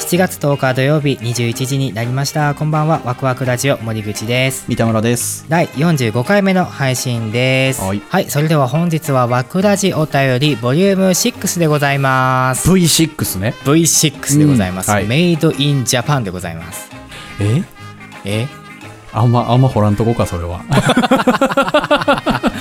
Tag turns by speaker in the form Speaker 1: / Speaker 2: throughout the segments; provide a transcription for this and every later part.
Speaker 1: 7月10日土曜日21時になりましたこんばんはワクワクラジオ森口です
Speaker 2: 三田村です
Speaker 1: 第45回目の配信です
Speaker 2: はい
Speaker 1: それでは本日はワクラジお便りボリューム6でございます
Speaker 2: V6 ね
Speaker 1: V6 でございます、
Speaker 2: うんはい
Speaker 1: メイドインジャパンでございます
Speaker 2: え
Speaker 1: え
Speaker 2: あんまあんま掘らんとこかそれは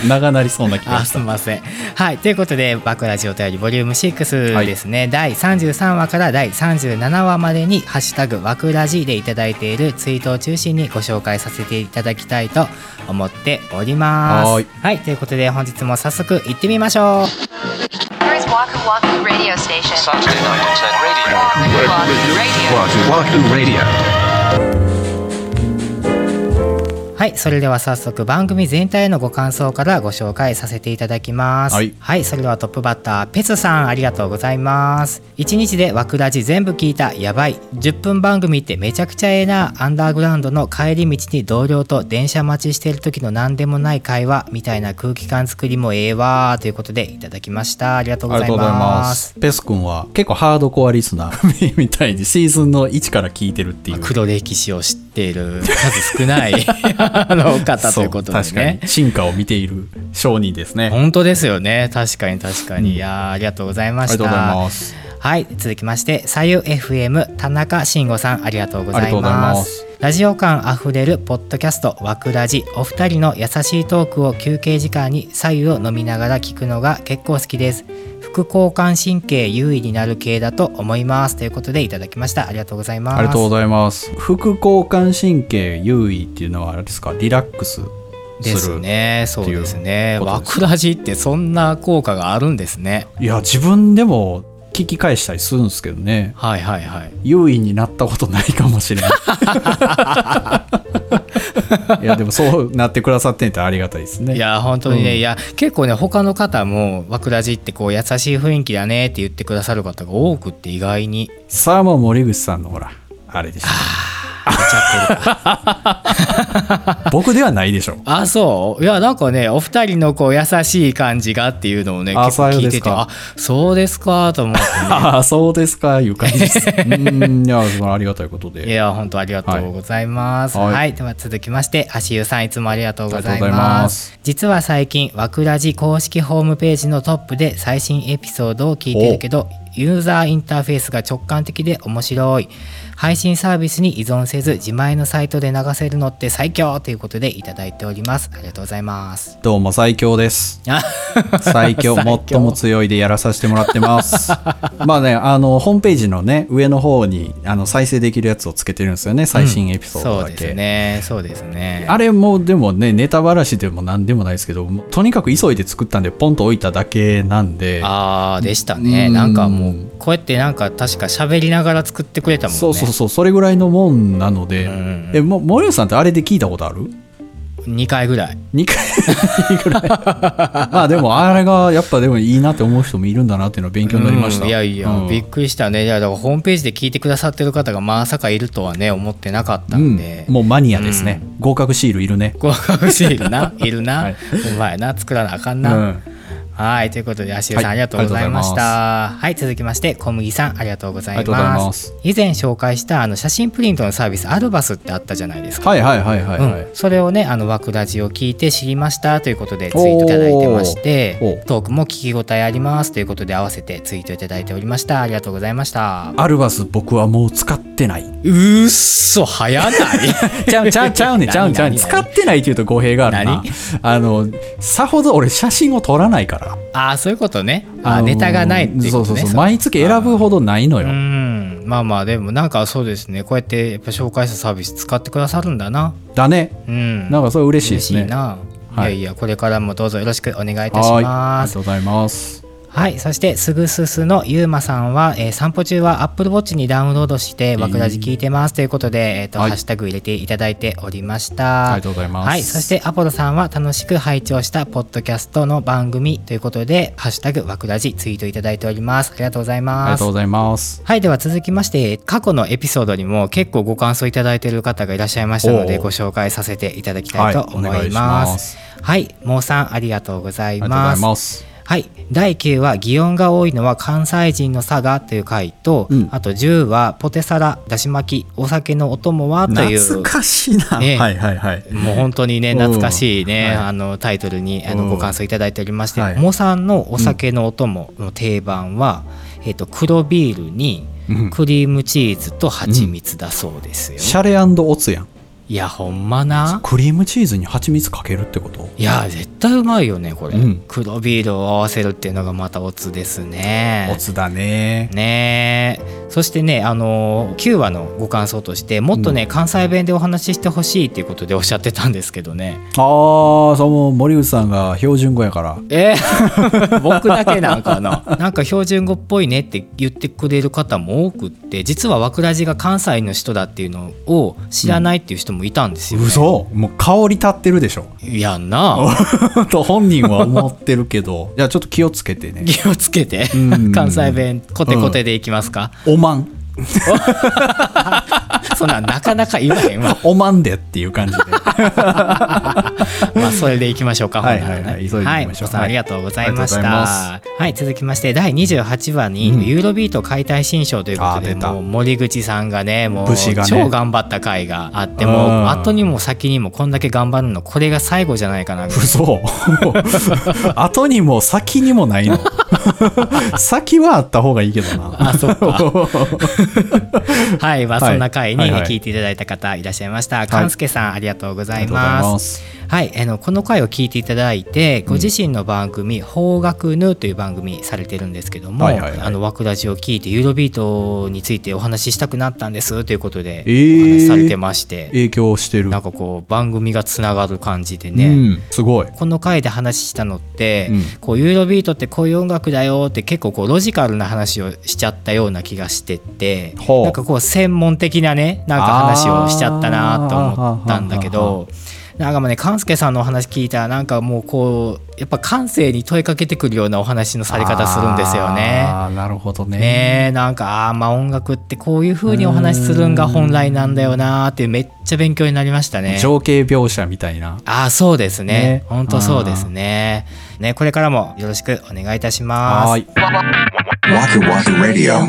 Speaker 2: 長なりそうな気が
Speaker 1: あ
Speaker 2: し
Speaker 1: すみません。はいということで「バクラジオ便りボリューム6ですね、第33話から第37話までに「ハッシュタグワクラジ」でいただいているツイートを中心にご紹介させていただきたいと思っております。
Speaker 2: はーい
Speaker 1: ということで本日も早速行ってみましょう
Speaker 3: Here's Waku Waku Radio Station.
Speaker 4: Saturday night at radio.
Speaker 3: Waku Waku Radio.
Speaker 4: Wahoo Wahoo Radio.
Speaker 1: はいそれでは早速番組全体へのご感想からご紹介させていただきます
Speaker 2: はい
Speaker 1: それではトップバッターペツさんありがとうございます1日でワクラジ全部聞いたやばい10分番組ってめちゃくちゃええなアンダーグラウンドの帰り道に同僚と電車待ちしてる時の何でもない会話みたいな空気感作りもええわということでいただきましたありがとう
Speaker 2: あ
Speaker 1: ご
Speaker 2: り
Speaker 1: ざ
Speaker 2: が
Speaker 1: い
Speaker 2: とうござい
Speaker 1: ま
Speaker 2: ますすペス君は結構ハードコアリスナーみたいにシーズンの1から聞いてるっていう
Speaker 1: 黒歴史を知っている数少ない あの方ということでね
Speaker 2: そう確かに進化を見ている商人ですね
Speaker 1: 本当ですよね確かに確かに、いやーありがとうござい
Speaker 2: あ
Speaker 1: ま
Speaker 2: り
Speaker 1: し
Speaker 2: がと
Speaker 1: た
Speaker 2: うございます
Speaker 1: はい続きまして左右 FM 田中慎吾さんありがとうござ
Speaker 2: ありがと
Speaker 1: いう
Speaker 2: ござい
Speaker 1: ま
Speaker 2: ますす
Speaker 1: ラジオ感あふれるポッドキャスト「わくラジ」お二人の優しいトークを休憩時間に左右を飲みながら聞くのが結構好きです副交感神経優位になる系だと思いますということでいただきましたありがとうございます
Speaker 2: ありがとうございます副交感神経優位っていうのはあれですかリラックスする
Speaker 1: ですねそうですね
Speaker 2: こと
Speaker 1: わ
Speaker 2: です
Speaker 1: くラジってそんな効果があるんですね
Speaker 2: いや自分でも聞き返したりするんですけどね
Speaker 1: はいはいはい
Speaker 2: 優位になったことないかもしれない いやでもそうなってくださってんやったらありがたいですね
Speaker 1: いや本当にね、
Speaker 2: うん
Speaker 1: いや結構ね他の方も「わくらじ」ってこう優しい雰囲気だねって言ってくださる方が多くって意外 に
Speaker 2: さあもう森口さんのほらあれでしょ僕ではないでしょ
Speaker 1: あそういやなんかねお二人のこう優しい感じがっていうのをね
Speaker 2: あ
Speaker 1: 結構
Speaker 2: さよう
Speaker 1: 聞い
Speaker 2: で
Speaker 1: て
Speaker 2: す
Speaker 1: て
Speaker 2: か
Speaker 1: あそうですかと思って、
Speaker 2: ああそうですかいう感じです うんいやまあありがたいことで
Speaker 1: いや本当ありがとうございます。は、
Speaker 2: はいい
Speaker 1: では続きまして足湯さんいつもありがとうござい
Speaker 2: ありがとうござい
Speaker 1: ま
Speaker 2: ますす。
Speaker 1: 実は最近わくらじ公式ホームページのトップで最新エピソードを聞いてるけどユーザーインターフェースが直感的で面白い配信サービスに依存せず自前のサイトで流せるのって最強ということでいただいております。ありがとうござい ます。
Speaker 2: どうも最強です
Speaker 1: あ
Speaker 2: 最強
Speaker 1: 最強
Speaker 2: 最も強いでやらさせてもらってますまあねあのホームページのね上の方にあの再生できるやつをつけてるんですよね最新エピソー
Speaker 1: そ
Speaker 2: ド
Speaker 1: う
Speaker 2: だ
Speaker 1: で
Speaker 2: け、
Speaker 1: すね。そうですね。
Speaker 2: あれもでもねネタばらしでも何でもないですけどもうとにかく急いで作ったんでポンと置いただけなんで
Speaker 1: あーでしたね
Speaker 2: うん
Speaker 1: なんかもうこうやってなんか確か喋りながら作ってくれたもんね
Speaker 2: そうそうそうそれぐらいのもんなので、
Speaker 1: うんうん
Speaker 2: えも森内さんってあれで聞いたことある
Speaker 1: 2回ぐらい
Speaker 2: 2回ぐ らいまあでもあれがやっぱでもいいなって思う人もいるんだなっていうのは勉強になりました、
Speaker 1: うんいやいや、
Speaker 2: うん
Speaker 1: びっくりしたねいやだからホームページで聞いてくださってる方がまさかいるとはね思ってなかったんで、
Speaker 2: うんもうマニアですね、合格シールいるね
Speaker 1: 合格シール ないるな、
Speaker 2: はい
Speaker 1: お前な作らなあかんな、
Speaker 2: うん
Speaker 1: はいということで足湯さん、
Speaker 2: はい
Speaker 1: ありがとうございました
Speaker 2: あ
Speaker 1: はい続きまして小麦さんありがとうござい
Speaker 2: ありがとうござい
Speaker 1: ま
Speaker 2: ますす
Speaker 1: 以前紹介したあの写真プリントのサービスアルバスってあったじゃないですか
Speaker 2: はいはいはいはいはい、
Speaker 1: うん、それをねあの枠ラジを聞いて知りましたということでツイートいただいてまして
Speaker 2: おーおー
Speaker 1: トークも聞き応えありますということで合わせてツイートいただいておりましたありがとうございました
Speaker 2: アルバス僕はもう使ってない
Speaker 1: うっそ早 ない
Speaker 2: ちゃうちゃうちゃうねちゃうねちゃう
Speaker 1: 何
Speaker 2: ね
Speaker 1: 何
Speaker 2: 使ってないっていうと語弊があるな
Speaker 1: 何
Speaker 2: あのさほど俺写真を撮らないから
Speaker 1: ああそういうことねあ
Speaker 2: あ
Speaker 1: ー
Speaker 2: のー
Speaker 1: ネタがないっていうことね
Speaker 2: そうそうそう
Speaker 1: れ
Speaker 2: 毎月選ぶほどないの
Speaker 1: う
Speaker 2: よ
Speaker 1: んまあまあでもなんかそうですねこうやってやっぱ紹介したサービス使ってくださるんだな
Speaker 2: だね
Speaker 1: うん
Speaker 2: なんかそれ嬉しいで
Speaker 1: 嬉
Speaker 2: す
Speaker 1: しい
Speaker 2: ね
Speaker 1: な、、
Speaker 2: はいい
Speaker 1: やいやこれからもどうぞよろしくお願いいたし
Speaker 2: はーいあ
Speaker 1: ま
Speaker 2: り
Speaker 1: す
Speaker 2: がとうございます
Speaker 1: はい、そしてすぐすすのゆうまさんは、えー散歩中は Apple Watch にダウンロードして「わくらじ聞いてます」ということで、えーと
Speaker 2: はい
Speaker 1: ハッシュタグ入れていただいておりました。
Speaker 2: ありがとうございます
Speaker 1: はい、そしてアポロさんは楽しく拝聴したポッドキャストの番組ということで「ハッシュタグわくらじ」ツイートいただいております。ありがとうござい
Speaker 2: あり
Speaker 1: ま
Speaker 2: が
Speaker 1: す
Speaker 2: とう。ございます
Speaker 1: はいでは続きまして過去のエピソードにも結構ご感想いただいている方がいらっしゃいましたので
Speaker 2: おう
Speaker 1: ご紹介させていただきたいと思います。
Speaker 2: はいお願いします
Speaker 1: はい、もうさんありがとうござ
Speaker 2: あ
Speaker 1: い
Speaker 2: りがとうご
Speaker 1: ま
Speaker 2: ざい
Speaker 1: す。
Speaker 2: ます
Speaker 1: はい第9話「擬音が多いのは関西人の差が」という回と、
Speaker 2: うん
Speaker 1: あと10話「ポテサラだし巻きお酒のお供は」という
Speaker 2: 懐かしいな、
Speaker 1: ね
Speaker 2: はいはいはい
Speaker 1: もう本当にね
Speaker 2: うん
Speaker 1: 懐かしいね、
Speaker 2: はい
Speaker 1: あのタイトルにあ
Speaker 2: う
Speaker 1: の
Speaker 2: ん
Speaker 1: ご感想いただいておりまして、
Speaker 2: はい
Speaker 1: モさんのお酒のお供の定番は、えっと黒ビールに
Speaker 2: うん
Speaker 1: クリームチーズと蜂蜜だそうですよ、
Speaker 2: シャレオツやん
Speaker 1: いやほんまな
Speaker 2: クリームチーズに蜂蜜かけるってこと
Speaker 1: いや絶対うまいよねこれ、
Speaker 2: うん
Speaker 1: 黒ビールを合わせるっていうのがまたオツですね
Speaker 2: オツだね
Speaker 1: ねえそしてね、あのー9話のご感想としてもっとね、関西弁でお話ししてほしいっていうことでおっしゃってたんですけどね
Speaker 2: ああその森内さんが標準語やから
Speaker 1: え ー僕だけなんかな なんか標準語っぽいねって言ってくれる方も多くって実は和倉寺が関西の人だっていうのを知らないっていう人もいたんですよ、ね
Speaker 2: 嘘もう香り立ってるでしょ
Speaker 1: いやんな
Speaker 2: と 本人は思ってるけどじゃあちょっと気をつけてね
Speaker 1: 気をつけて
Speaker 2: うん
Speaker 1: 関西弁コテコテでいきますか、
Speaker 2: おまん
Speaker 1: そんなんなかなか言わへんわ
Speaker 2: おまんでっていう感じで
Speaker 1: まあそれでいきましょうか
Speaker 2: はい
Speaker 1: ほんならね
Speaker 2: はいはい急いでいきまし
Speaker 1: はいお子
Speaker 2: ょう
Speaker 1: さん
Speaker 2: はい
Speaker 1: ありがとうございまし
Speaker 2: あ
Speaker 1: た
Speaker 2: りがとうござ
Speaker 1: はい続きまして第28話に、ユーロビート解体新書」ということ
Speaker 2: あ
Speaker 1: で
Speaker 2: 出た
Speaker 1: もう森口さんがねもう
Speaker 2: 武士がね
Speaker 1: 超頑張った回があって
Speaker 2: うん
Speaker 1: もう後にも先にもこんだけ頑張るのこれが最後じゃない かな
Speaker 2: 嘘後にも先にもないの 先はあった方がいいけどな
Speaker 1: あそっかはいまあ
Speaker 2: はい
Speaker 1: そんな回に
Speaker 2: はいはい
Speaker 1: 聞いていただいた方いらっしゃいました勘介さんありがとうござい
Speaker 2: ありがとうござい
Speaker 1: ま
Speaker 2: ますす
Speaker 1: はい、あのこの回を聞いていただいてご自身の番組「邦楽ヌ」という番組されてるんですけども
Speaker 2: はいはいはい
Speaker 1: あの枠ラジを聞いてユーロビートについてお話ししたくなったんですということでお
Speaker 2: えー
Speaker 1: 話しされてまして、
Speaker 2: 影響してる
Speaker 1: なんかこう番組がつながる感じでね、
Speaker 2: うん、すごい
Speaker 1: この回で話したのって、
Speaker 2: うん
Speaker 1: こうユーロビートってこういう音楽だよって結構こうロジカルな話をしちゃったような気がしてて
Speaker 2: ほう
Speaker 1: なんかこう専門的なねなんか話をしちゃったなと思ったんだけ
Speaker 2: あーははは
Speaker 1: ど。なんかもうね勘介さんのお話聞いたらなんかもうこうやっぱ感性に問いかけてくるようなお話のされ方するんですよね。
Speaker 2: あーなるほどね
Speaker 1: ねえなんかあーまあ音楽ってこういう風にお話しするんが本来なんだよなーってめっちゃ勉強になりましたね。
Speaker 2: 情景描写みたいな
Speaker 1: ああそうですね
Speaker 2: ね
Speaker 1: ほ本当そうですねねこれからもよろしくお願いいたします
Speaker 2: はーい
Speaker 4: Waku Waku Radio.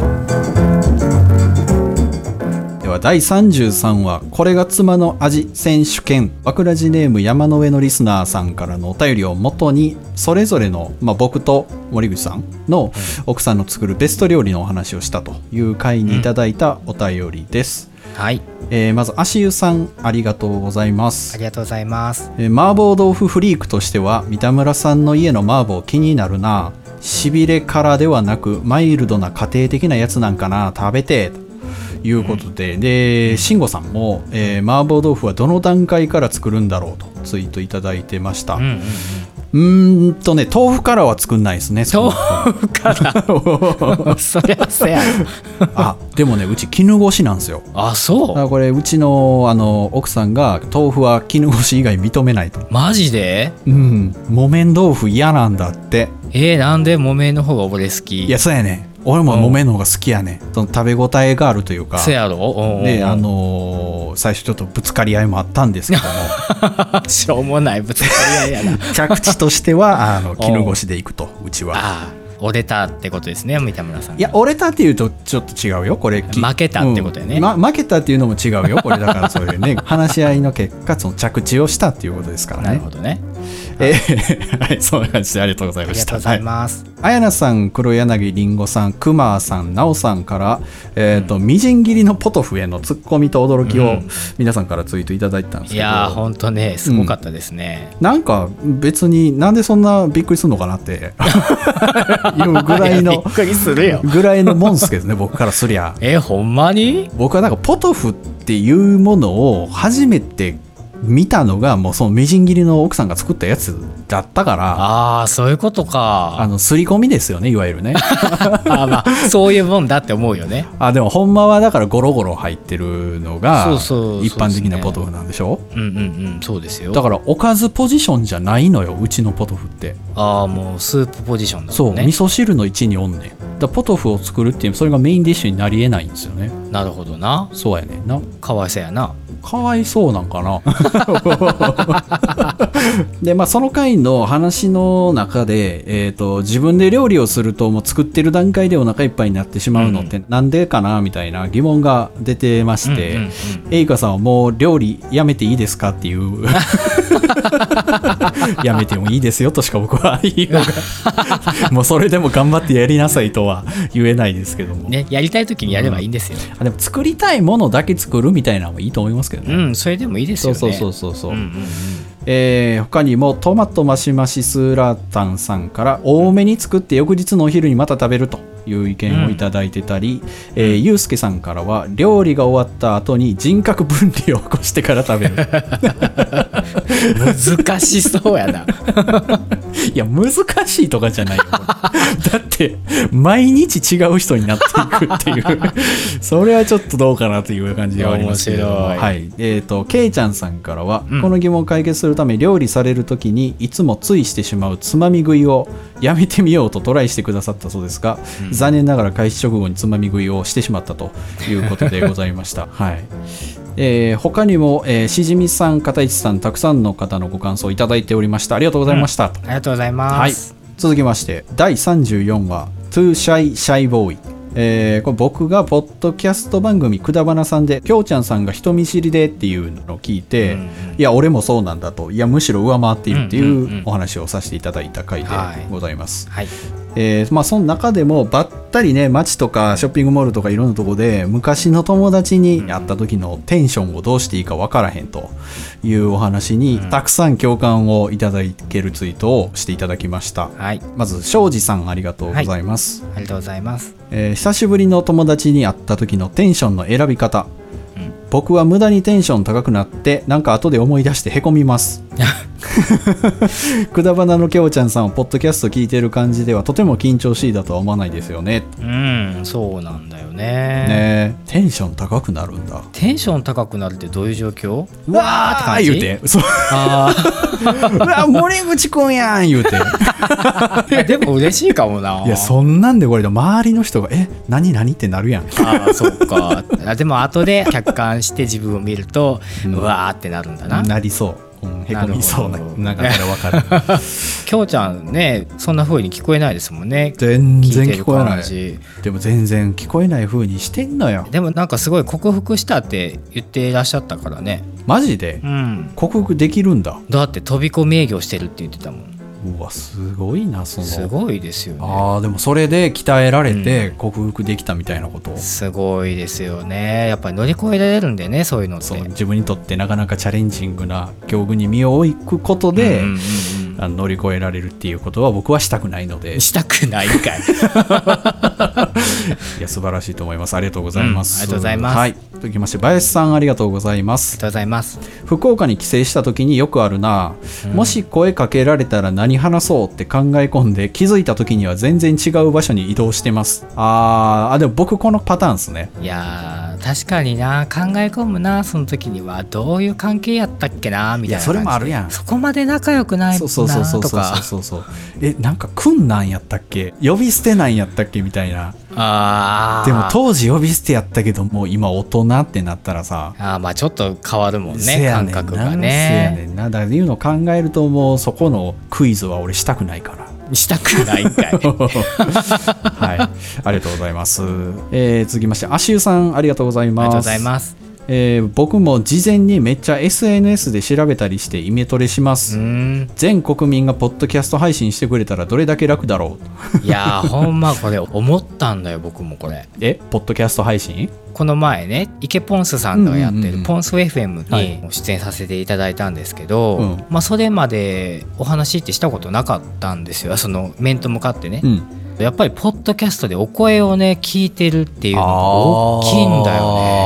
Speaker 2: では第33話「これが妻の味選手権」バクラジネーム山の上のリスナーさんからのお便りをもとにそれぞれの、まあ、僕と森口さんの奥さんの作るベスト料理のお話をしたという回にいただいたお便りです、
Speaker 1: はい
Speaker 2: えーまず足湯さんありがとうございます
Speaker 1: ありがとうございます
Speaker 2: えー麻婆豆腐フリークとしては三田村さんの家の麻婆気になるなしびれからではなくマイルドな家庭的なやつなんかな食べてということでで慎吾さんも、えー麻婆豆腐はどの段階から作るんだろうとツイートいただいてましたう
Speaker 1: うんうん
Speaker 2: ーんとね豆腐からは作んないですね
Speaker 1: 豆
Speaker 2: そ
Speaker 1: 腐 からそりゃせや
Speaker 2: のあでもねうち絹ごしなんですよ
Speaker 1: あ
Speaker 2: だか
Speaker 1: そう
Speaker 2: らこれうちのあの奥さんが豆腐は絹ごし以外認めないと
Speaker 1: マジで
Speaker 2: うん木綿豆腐嫌なんだって
Speaker 1: えー、なんで木綿の方が俺好き
Speaker 2: いやそうやね俺も木綿の方が好きやね、その食べ応えがあるというか
Speaker 1: せやろお
Speaker 2: であのー最初ちょっとぶつかり合いもあったんですけど も
Speaker 1: しょうもないぶつかり合いやな
Speaker 2: 着地としてはあの
Speaker 1: ん
Speaker 2: 絹ごしでいくとうちは
Speaker 1: ああ折れたってことですね三田村さん
Speaker 2: いや折れたっていうとちょっと違うよこれき
Speaker 1: 負けたってことやね
Speaker 2: うんま負けたっていうのも違うよこれだからそういうね 話し合いの結果その着地をしたっていうことですからね
Speaker 1: なるほどね
Speaker 2: えーはいそんな感じでありがとうござい
Speaker 1: あ
Speaker 2: ま
Speaker 1: りが
Speaker 2: し
Speaker 1: とうご
Speaker 2: た
Speaker 1: ざ
Speaker 2: はい
Speaker 1: います、
Speaker 2: あやなさん、黒柳りんごさん、くまさん、なおさんから、えーとみじん切りのポトフへのツッコミと驚き
Speaker 1: う
Speaker 2: を
Speaker 1: ん
Speaker 2: 皆さんからツイートいただいたんです
Speaker 1: い、
Speaker 2: けど、
Speaker 1: やーほんとねすごかったですね、
Speaker 2: なんか別になんでそんなびっくりするのかなって いうぐらい
Speaker 1: や
Speaker 2: の
Speaker 1: びっくりするよ
Speaker 2: ぐらいのもんですけどね、僕からすりゃ。
Speaker 1: えほんまに
Speaker 2: 僕はなんかポトフっていうものを初めて見たのがもうそのみじん切りの奥さんが作ったやつだったから、
Speaker 1: ああそういうこと
Speaker 2: あ
Speaker 1: か
Speaker 2: のすり込みですよね、いわゆるね。
Speaker 1: あ ー、まあ、そういうもんだって思うよね
Speaker 2: あでもほんまはだからゴロゴロ入ってるのが
Speaker 1: そう
Speaker 2: 一
Speaker 1: そう
Speaker 2: 般的なポトフなんでしょ
Speaker 1: うんうんうんそうですよ
Speaker 2: だからおかずポジションじゃないのようちのポトフって
Speaker 1: ああもうスープポジションだ
Speaker 2: そ
Speaker 1: も
Speaker 2: う、
Speaker 1: んね
Speaker 2: 味噌汁の位置におんねんだからポトフを作るっていうそれがメインディッシュになりえないんですよね
Speaker 1: なるほどな
Speaker 2: そうやねんな
Speaker 1: かわいそうやな
Speaker 2: かわいそうなんかな でまあその回の話の中で、えー、と自分で料理をするともう作ってる段階でお腹いっぱいになってしまうのってなんでかなみたいな疑問が出てまして、
Speaker 1: うんうん
Speaker 2: エイカさんはもう料理やめていいですかっていう やめてもいいですよとしか僕は言いよう がもうそれでも頑張ってやりなさいとは言えないですけども、
Speaker 1: ね、やりたい時にやればいいんですよ。
Speaker 2: あでも作りたいものだけ作るみたいなのもいいと思いますけどね、
Speaker 1: うん、それでもいいですよ
Speaker 2: そう
Speaker 1: ね。
Speaker 2: そうそうそうそう、
Speaker 1: うんうんうん
Speaker 2: えー他にもトマトマシマシスーラータンさんから多めに作って翌日のお昼にまた食べるという意見をいただいてたり、えーゆうすけさんからは料理が終わった後に人格分離を起こしてから食べる
Speaker 1: 難しそう やな。
Speaker 2: いや難しいとかじゃないよこれだって毎日違う人になっていくっていうそれはちょっとどうかなという感じではありますけども
Speaker 1: 面白い
Speaker 2: はいえー、とけいちゃんさんからは、
Speaker 1: うん
Speaker 2: この疑問を解決するため料理される時にいつもついしてしまうつまみ食いをやめてみようとトライしてくださったそうですが、残念ながら開始直後につまみ食いをしてしまったということでござい ました、はいえー他にも、えーしじみさん片市さんたくさんの方のご感想をいただいておりましたありがとうございました、と
Speaker 1: ありがとうございま
Speaker 2: はい
Speaker 1: す。、
Speaker 2: 続きまして第34話「Too Shy Shy Boy」えーこれ僕がポッドキャスト番組「くだばなさん」できょうちゃんさんが人見知りでっていうのを聞いて、
Speaker 1: うんうん
Speaker 2: いや俺もそうなんだといやむしろ上回っているって
Speaker 1: うんうんう
Speaker 2: い
Speaker 1: ん
Speaker 2: うお話をさせていただいた回で
Speaker 1: はい
Speaker 2: ございます、
Speaker 1: はい。
Speaker 2: えーまあ、その中でもばったりね街とかショッピングモールとかいろんなとこで昔の友達に会った時のテンションをどうしていいか分からへんというお話にたくさん共感をいただけるツイートをしていただきました
Speaker 1: はい。
Speaker 2: まず庄司さんありがとうございます、
Speaker 1: ありがとうございます。
Speaker 2: えー久しぶりの友達に会った時のテンションの選び方、僕は無駄にテンション高くなってなんか後で思い出してへこみ ますくだばなのきょうちゃんさんをポッドキャスト聞いてる感じではとても緊張しいだとは思わないですよね
Speaker 1: うん、そうなんだよね。
Speaker 2: ねえテンション高くなるんだ
Speaker 1: テンション高くなるってどういう状況
Speaker 2: わーって
Speaker 1: 感じ
Speaker 2: 言うてそう
Speaker 1: あ
Speaker 2: うわ森口くんやん言うて
Speaker 1: あ、 でも嬉しいかもな。
Speaker 2: いやそんなんでこれで周りの人が「え何何?」ってなるやん
Speaker 1: ああ、そっか。あでも後で客観して自分を見ると、うわーってなるんだな。
Speaker 2: なりそう、うん、へこみそう
Speaker 1: な
Speaker 2: な
Speaker 1: るほど
Speaker 2: なんかからわかる
Speaker 1: きょうちゃんね、そんな風に聞こえないですもんね。
Speaker 2: 全
Speaker 1: 聞
Speaker 2: 然
Speaker 1: いて
Speaker 2: 聞
Speaker 1: る
Speaker 2: こえな
Speaker 1: 感
Speaker 2: い
Speaker 1: じ。
Speaker 2: でも全然聞こえない風にしてんのよ
Speaker 1: でもなんかすごい克服したって言っていらっしゃったからね。
Speaker 2: マジで
Speaker 1: うん。
Speaker 2: 克服できるんだ
Speaker 1: だって飛び込み営業してるって言ってたもん。
Speaker 2: うわすごいなその
Speaker 1: すごいですよね。
Speaker 2: あーでもそれで鍛えられて克服できたみたいなこと、
Speaker 1: すごいですよね。やっぱり乗り越えられるんでね、そういうのって。
Speaker 2: その自分にとってなかなかチャレンジングな境遇に身を置くことで、
Speaker 1: うんうんうん
Speaker 2: あの乗り越えられるっていうことは僕はしたくない ので
Speaker 1: したくないんかい。
Speaker 2: いや素晴らしいと思いますありがとうございます、
Speaker 1: うんありがとうございます
Speaker 2: はい、続きまして林さんありがとうございま
Speaker 1: ありが
Speaker 2: す
Speaker 1: とうございます。
Speaker 2: 福岡に帰省した時によくあるな、もし声かけられたら何話そうって考え込んで気づいた時には全然違う場所に移動してますあーあでも僕このパターンですね
Speaker 1: いやー確かにな考え込むなその時にはどういう関係やったっけなみたいな感じで
Speaker 2: いやそれもあるやん
Speaker 1: そこまで仲良くない
Speaker 2: そう
Speaker 1: な
Speaker 2: そうそうそう
Speaker 1: と
Speaker 2: そう
Speaker 1: か
Speaker 2: そうそうえなんかくんなんやったっけ呼び捨てなんやったっけみたいな
Speaker 1: あー
Speaker 2: でも当時呼び捨てやったけどもう今大人ってなったらさ
Speaker 1: あーまあちょっと変わるもん
Speaker 2: せ
Speaker 1: ね
Speaker 2: や
Speaker 1: 感
Speaker 2: ねんな
Speaker 1: 覚が
Speaker 2: せやね
Speaker 1: ね
Speaker 2: んなだからいうのを考えるともうそこのクイズは俺したくないから
Speaker 1: したくないん かい
Speaker 2: はい、ありがとうございます。えー続きまして、足湯さん、ありがとうござ
Speaker 1: あ
Speaker 2: い
Speaker 1: り
Speaker 2: ます。
Speaker 1: がとうございます
Speaker 2: えー僕も事前にめっちゃ SNS で調べたりしてイメトレしま
Speaker 1: う
Speaker 2: す。
Speaker 1: ーん
Speaker 2: 全国民がポッドキャスト配信してくれたらどれだけ楽だろう
Speaker 1: いやーほんまこれ思ったんだよ僕もこれ
Speaker 2: え、ポッドキャスト配信
Speaker 1: この前ね池ポンスさんがやって
Speaker 2: うんうんう
Speaker 1: る
Speaker 2: ん
Speaker 1: 「ポンス FM」
Speaker 2: は
Speaker 1: に出演させていただいたんですけど、
Speaker 2: うん
Speaker 1: まあ、それまでお話ってしたことなかったんですよその面と向かってね
Speaker 2: う、ん。
Speaker 1: やっぱりポッドキャストでお声をね聞いてるっていうのが大きいんだよね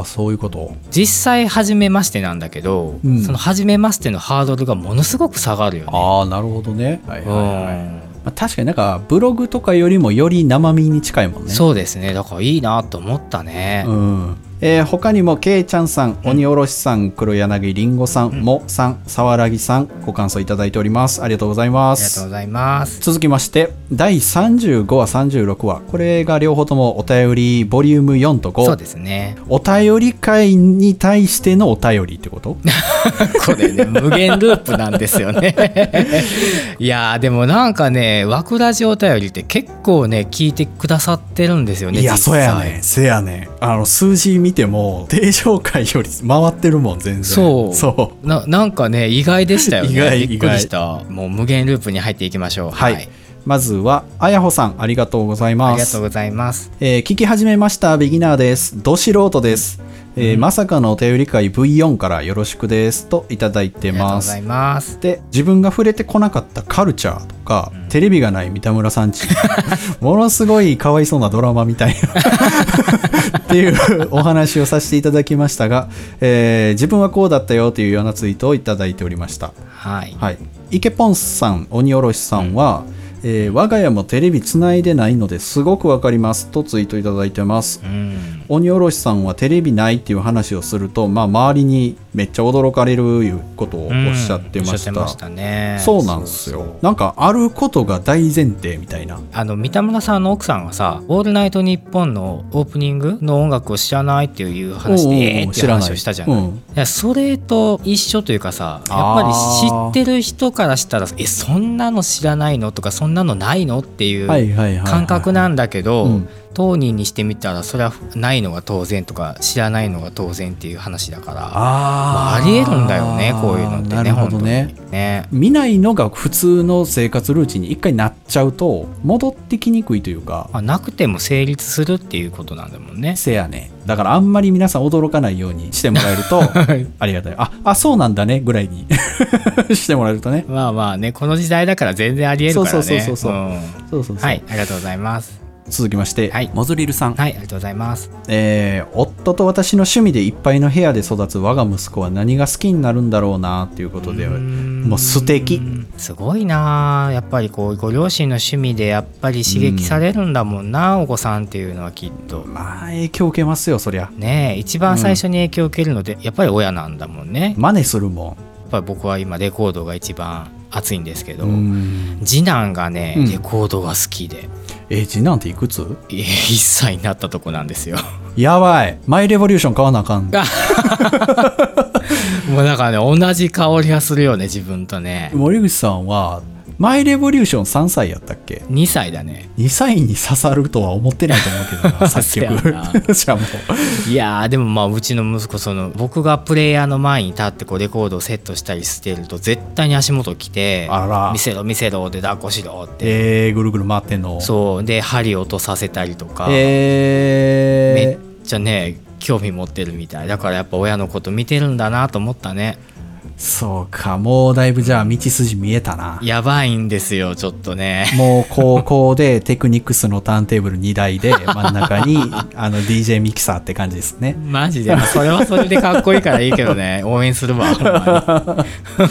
Speaker 2: ああ、そういうこと。
Speaker 1: 実際初めましてなんだけど、
Speaker 2: うん
Speaker 1: その初めましてのハードルがものすごく下がるよね
Speaker 2: ああ、なるほどね。はいはいはい
Speaker 1: うん
Speaker 2: まあ確かになんかブログとかよりもより生身に近いもんね。
Speaker 1: そうですねだからいいなと思ったね、
Speaker 2: うんえー他にもけいちゃんさん鬼おろしさん黒柳りんごさん、もさんさわらぎさんご感想いただいておりますありがとうございま
Speaker 1: ありがとうご
Speaker 2: す
Speaker 1: ざいます。
Speaker 2: 続きまして第35話36話これが両方ともお便りボリューム4と
Speaker 1: そう
Speaker 2: 5
Speaker 1: ですね。
Speaker 2: お便り会に対してのお便りってこと
Speaker 1: これね、無限ループなんですよね。 いやー、でもなんかね、枠ラジお便りって結構ね、聞いてくださってるんですよね。
Speaker 2: いや
Speaker 1: 実際
Speaker 2: そうやねんせやねんあの数字見ても低紹介より回ってるもん全然
Speaker 1: そう
Speaker 2: そう
Speaker 1: ななんかね意外でしたよね
Speaker 2: 意外
Speaker 1: びっくりしたもう無限ループに入っていきましょう
Speaker 2: はい、まずはあやほさんありがとうござい
Speaker 1: あ
Speaker 2: ま
Speaker 1: りが
Speaker 2: す
Speaker 1: とうございます
Speaker 2: えー聞き始めましたビギナーですど素人です、えーまさかのお便り会 V4 からよろしくですといただいて
Speaker 1: ありがとうご
Speaker 2: ま
Speaker 1: ざ
Speaker 2: す
Speaker 1: います
Speaker 2: で自分が触れてこなかったカルチャーとか、テレビがない三田村さんち ものすごいかわいそうなドラマみたいなっていうお話をさせていただきましたが、えー自分はこうだったよというようなツイートをいただいておりました
Speaker 1: はい
Speaker 2: はい、池ポンさん鬼おろしさんは、えー我が家もテレビつないでないのですごくわかりますとツイートいただいてます、
Speaker 1: うん
Speaker 2: 鬼おろしさんはテレビないっていう話をすると、まあ、周りにめっちゃ驚かれるいうことをおっしゃってました,、
Speaker 1: うんおっしゃってましたね
Speaker 2: そうなんですよ
Speaker 1: そうそう
Speaker 2: なんかあることが大前提みたいな
Speaker 1: あの三田村さんの奥さんがさ「オールナイトニッポン」のオープニングの音楽を知らないっていう話で
Speaker 2: おうおうおう
Speaker 1: えーっていう話をしたじゃん、
Speaker 2: う
Speaker 1: い
Speaker 2: ん
Speaker 1: やそれと一緒というかさやっぱり知ってる人からしたら「えそんなの知らないの?」とか「そんなのないの?」っていう
Speaker 2: はいはいはいはい
Speaker 1: 感覚なんだけど、
Speaker 2: うん
Speaker 1: 当人にしてみたらそれはないのが当然とか知らないのが当然っていう話だからまああ
Speaker 2: あー
Speaker 1: りえるんだよねこういうのってね
Speaker 2: なるほどね
Speaker 1: 本当にね
Speaker 2: 見ないのが普通の生活ルーチンに一回なっちゃうと戻ってきにくいというか
Speaker 1: まあ、なくても成立するっていうことなんだもんね
Speaker 2: せやねだからあんまり皆さん驚かないようにしてもらえる とありがたいああそうなんだねぐらいに してもらえるとね
Speaker 1: まあまあねこの時代だから全然ありえるからね
Speaker 2: そうそうそうそうそうんそうそうそう、
Speaker 1: はいありがとうございます
Speaker 2: 続きまして、
Speaker 1: はい
Speaker 2: モズリルさん、
Speaker 1: はいありがとうございます
Speaker 2: えー夫と私の趣味でいっぱいの部屋で育つ我が息子は何が好きになるんだろうなということでもう素敵
Speaker 1: すごいなあやっぱりこうご両親の趣味でやっぱり刺激されるんだもんな、お子さんっていうのはきっと
Speaker 2: まあ影響受けますよそりゃ
Speaker 1: ねえ一番最初に影響を受けるので、やっぱり親なんだもんね
Speaker 2: 真似するも
Speaker 1: やっぱり僕は今レコードが一番熱いんですけど、
Speaker 2: んうん
Speaker 1: 次男がね、
Speaker 2: うん
Speaker 1: レコードが好きで
Speaker 2: え次男っていくつ
Speaker 1: 1歳になったとこなん ですよ
Speaker 2: やばいマイレボリューション買わなあかん
Speaker 1: もうなんかね同じ香りがするよね自分とね
Speaker 2: 森口さんはマイレボリューション3歳やったっけ
Speaker 1: 2歳だね
Speaker 2: 2歳に刺さるとは思ってないと思うけどな 作
Speaker 1: そうや
Speaker 2: 曲 じゃあも
Speaker 1: いやーでもまあうちの息子その僕がプレイヤーの前に立ってこうレコードをセットしたりしてると絶対に足元来て
Speaker 2: あら
Speaker 1: 見せろ見せろ」で抱っこしろって、
Speaker 2: えー、ぐるぐる回ってんの
Speaker 1: そうで針落とさせたりとか、め
Speaker 2: え
Speaker 1: っちゃね興味持ってるみたいだからやっぱ親のこと見てるんだなと思ったね
Speaker 2: ー、そうかもうだいぶじゃあ道筋見えたな
Speaker 1: やばいんですよちょっとね
Speaker 2: もう高校でテクニクスのターンテーブル2 台で真ん中にあの DJ ミキサーって感じですね
Speaker 1: マジでまあそれはそれでかっこいいからいいけど ね応援するわほんまに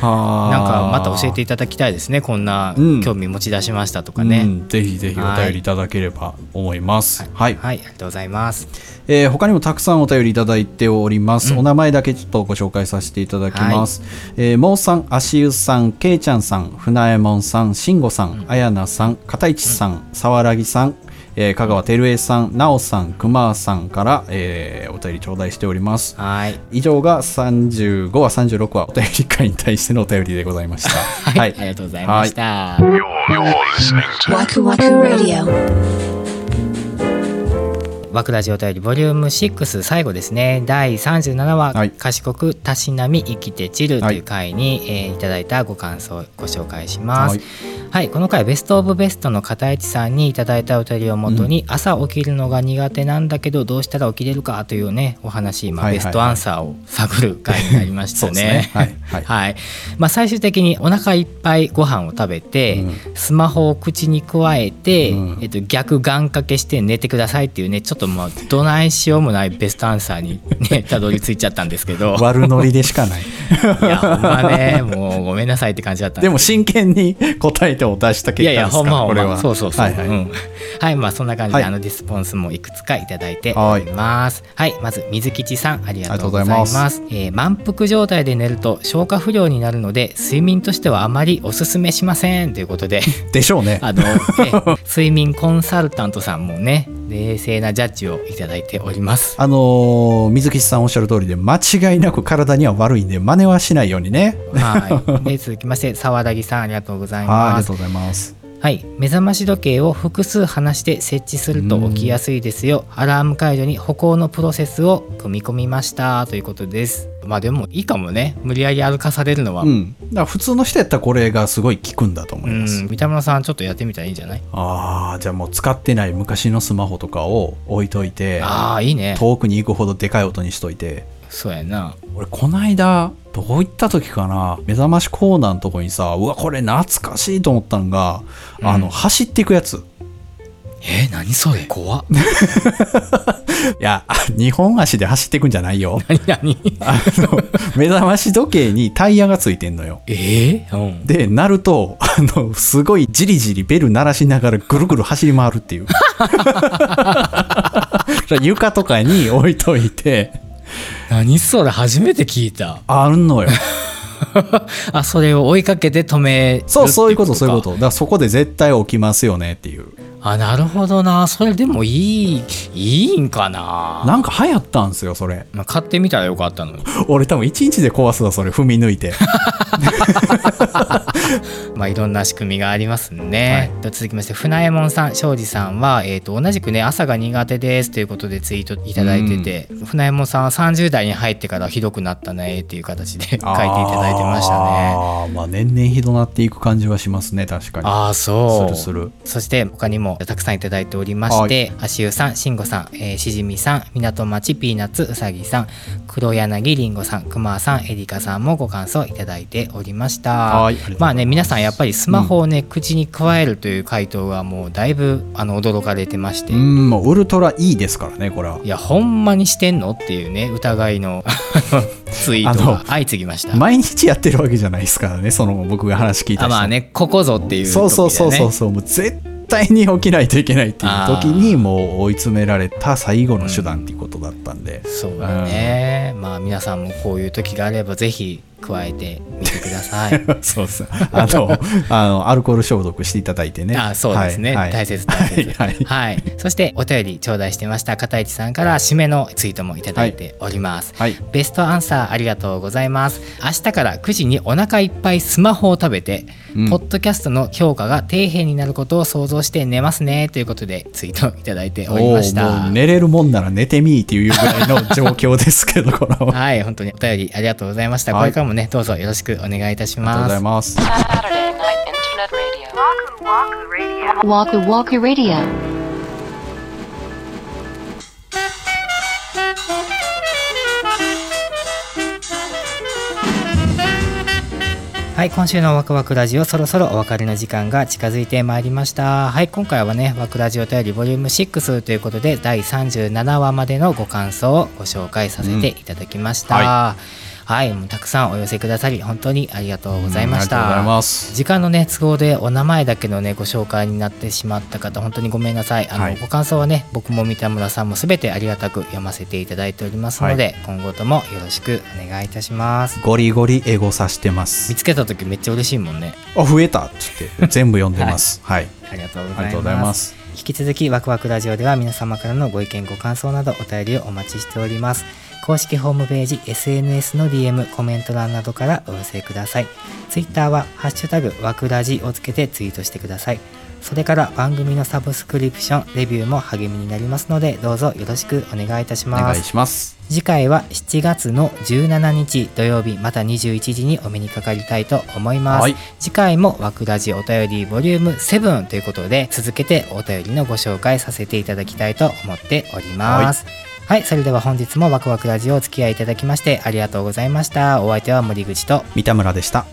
Speaker 1: なんかまた教えていただきたいですねこんな
Speaker 2: うん
Speaker 1: 興味持ち出しましたとか
Speaker 2: ね、
Speaker 1: ね、
Speaker 2: うんぜひぜひお便りいただければ思いますはい、
Speaker 1: はいありがとうございます
Speaker 2: えー他にもたくさんお便りいただいております、お名前だけちょっとご紹介させていただきます、えーもうさん足湯さんけいちゃんさん船えもんさんしんごさんあやなさん片市さんさわらぎさん、えー香川照江さんなおさんくまさんから、えーお便り頂戴しております
Speaker 1: はい
Speaker 2: 以上が35話36話お便り会に対してのお便りでござい ましたはい、
Speaker 1: ありがとうございました、
Speaker 4: You're, you're listening to
Speaker 5: Waku Waku Radio.
Speaker 1: ワクラジオ便りボリューム6最後ですね第37話「
Speaker 2: はい
Speaker 1: 賢くたしなみ生きて散る」と
Speaker 2: はい
Speaker 1: いう回に、えーいただいたご感想をご紹介します
Speaker 2: はい。
Speaker 1: はい、この回ベスト・オブ・ベストの片市さんにいただいたお便りをもとに、朝起きるのが苦手なんだけどどうしたら起きれるかというねお話今、
Speaker 2: はいはい
Speaker 1: ベストアンサーを探る回になりまし
Speaker 2: そ
Speaker 1: た
Speaker 2: うですね
Speaker 1: ね。
Speaker 2: はいはい
Speaker 1: はいまあ、最終的にお腹いっぱいご飯を食べて、スマホを口にくわえて、
Speaker 2: うん
Speaker 1: えっと、逆願掛けして寝てくださいっていうねちょっともうどないしようもないベストアンサーにねたどり着いちゃったんですけど
Speaker 2: 悪ノリでしかない
Speaker 1: いやほんまねもうごめんなさいって感じだったん
Speaker 2: で
Speaker 1: で
Speaker 2: も真剣に答えてを出した
Speaker 1: い
Speaker 2: 結
Speaker 1: や
Speaker 2: 果
Speaker 1: い
Speaker 2: で
Speaker 1: や
Speaker 2: すか
Speaker 1: ほんまほ
Speaker 2: こ
Speaker 1: ん
Speaker 2: れ
Speaker 1: ま
Speaker 2: は
Speaker 1: そうそうそう
Speaker 2: はいはい
Speaker 1: うんはいまあそんな感じ
Speaker 2: はい
Speaker 1: であのリスポンスもいくつかいただいておりますはいまず水吉さんありがとうございます
Speaker 2: あ
Speaker 1: えー満腹状態で寝ると消化不良になるので睡眠としてはあまりおすすめしませんという ことで
Speaker 2: でしょうね
Speaker 1: あの、ね睡眠コンサルタントさんもね冷静なジャッジをいただいております
Speaker 2: あのー水木さんおっしゃる通りで間違いなく体には悪いんで真似はしないようにね
Speaker 1: はいで続きまして沢田木さんありがとうござい
Speaker 2: はいあり
Speaker 1: ま
Speaker 2: が
Speaker 1: す
Speaker 2: とうございます
Speaker 1: はい、目覚まし時計を複数離して設置すると起きやすいですよアラーム解除に歩行のプロセスを組み込みましたということですまあでもいいかもね無理やり歩かされるのは
Speaker 2: う
Speaker 1: うん、
Speaker 2: んだから普通の人やったらこれがすごい効くんだと思います、
Speaker 1: 三田村さんちょっとやってみたらいいんじゃない
Speaker 2: ああじゃあもう使ってない昔のスマホとかを置いといて
Speaker 1: ああいいね
Speaker 2: 遠くに行くほどでかい音にしといて
Speaker 1: そうやな
Speaker 2: 俺こないだどういった時かな目覚ましコーナーのとこにさうわこれ懐かしいと思ったのが、あの走っていくやつい
Speaker 1: えー、何それ怖っ
Speaker 2: やあ二本足で走っていくんじゃないよ
Speaker 1: 何何
Speaker 2: あの目覚まし時計にタイヤがついてんのよ
Speaker 1: えー、うん
Speaker 2: で鳴るとあのすごいじりじりベル鳴らしながらぐるぐる走り回るっていう 床とかに置いといて
Speaker 1: 何それ初めて聞いた
Speaker 2: あるのよ
Speaker 1: あそれを追いかけて止める
Speaker 2: そう、そういうこと、
Speaker 1: って
Speaker 2: そういう
Speaker 1: か
Speaker 2: こと。だからそこで絶対起きますよねっていう。
Speaker 1: あなるほどなそれでもいいいいんかな
Speaker 2: なんか流行ったんですよ、それ。
Speaker 1: まあ、買ってみたらよかったのに
Speaker 2: 俺多分一日で壊すわ、それ。踏み 抜いて。
Speaker 1: まあいろんな仕組みがありますね、で続きまして船右衛門さん庄司さんは、えー、と同じくね朝が苦手ですということでツイートいただいてて、船右衛門さんは30代に入ってからひどくなったねっていう形で書いていただいてましたね
Speaker 2: あーまあ年々ひどなっていく感じはしますね、確かに。
Speaker 1: ああそう
Speaker 2: するする
Speaker 1: そして他にもたくさんいただいておりまして、足湯さん、しんごさん、えーしじみさん、港町ピーナッツうさぎさん、黒柳りんごさん、くまさん、えりかさんもご感想いただいておりました。
Speaker 2: はいありがとうございます
Speaker 1: まあね皆さんやっぱりスマホをね、口に加えるという回答がもうだいぶあの驚かれてまして。
Speaker 2: うん、もうウルトラいいですからね、これは。
Speaker 1: いやほんまにしてんのっていうね疑いの ツイート
Speaker 2: あ
Speaker 1: が
Speaker 2: の
Speaker 1: 相次ぎました。
Speaker 2: 毎日やってるわけじゃないですからね、その僕が話聞いた
Speaker 1: あ
Speaker 2: 人
Speaker 1: まあねここぞっていう時だ
Speaker 2: そ
Speaker 1: ね。
Speaker 2: うそうそうそうそう、もう絶対に起きないといけないっていう時にもう追い詰められた最後の手段っていうことだった んで。
Speaker 1: そうだね、まあ皆さんもこういう時があればぜひ加えてみてください
Speaker 2: そうそう。あの、あのアルコール消毒していただいてね。
Speaker 1: あそうですね、
Speaker 2: はいはい
Speaker 1: 大切大切
Speaker 2: はいはい
Speaker 1: そしてお便り頂戴してました片市さんから締めのツイートもいただいております、
Speaker 2: はい
Speaker 1: ベストアンサーありがとうございます明日から9時にお腹いっぱいスマホを食べて、
Speaker 2: うん
Speaker 1: ポッドキャストの評価が底辺になることを想像して寝ますねということでツイートいただいておりました
Speaker 2: おーもう寝れるもんなら寝てみーっていうぐらいの状況です けど、これは。あり
Speaker 1: はい本当にお便りありがとうございました、
Speaker 2: はい
Speaker 1: これからもねどうぞよろしくお願いいたし
Speaker 2: がとう
Speaker 1: ま
Speaker 2: ご
Speaker 1: す
Speaker 2: ざいます。
Speaker 3: Saturday Night Internet Radio. Waku Waku Radio. Waku Waku Radio.
Speaker 1: はい今週のワクワクラジオそろそろお別れの時間が近づいてまいりましたはい今回はねワクラジオ便りボリューム6ということで第37話までのご感想をご紹介させていただきました、
Speaker 2: うん
Speaker 1: はい、もうたくさんお寄せくださり本当にありがとうございまし
Speaker 2: うんありがとうござ
Speaker 1: た、
Speaker 2: います
Speaker 1: 時間のね都合でお名前だけのねご紹介になってしまった方本当にごめんなさいあの、
Speaker 2: はい
Speaker 1: ご感想はね僕も三田村さんも全てありがたく読ませていただいておりますので、今後ともよろしくお願いいたします
Speaker 2: ゴリゴリエゴさしてま
Speaker 1: 見
Speaker 2: す。
Speaker 1: つけた時めっちゃ嬉しいもんね
Speaker 2: あ、増えたっつって全部読んでます。はい。
Speaker 1: ありがとうご
Speaker 2: あり
Speaker 1: ざ
Speaker 2: が
Speaker 1: い
Speaker 2: と
Speaker 1: ます
Speaker 2: うございます。
Speaker 1: 引き続きワクワクラジオでは皆様からのご意見ご感想などお便りをお待ちしております公式ホームページ SNS の DM コメント欄などからお寄せください Twitter は「ハッシュタグワクラジ」をつけてツイートしてくださいそれから番組のサブスクリプションレビューも励みになりますのでどうぞよろしくお願いいたし
Speaker 2: お
Speaker 1: ま
Speaker 2: 願い
Speaker 1: す
Speaker 2: します。
Speaker 1: 次回は7月の17日土曜日また21時にお目にかかりたいと思います、
Speaker 2: はい
Speaker 1: 次回も「わくラジお便りボリューム7ということで続けてお便りのご紹介させていただきたいと思っておりますはい、それでは本日もワクワクラジオお付き合いいただきましてありがとうございましたお相手は森口と
Speaker 2: 三田村でした。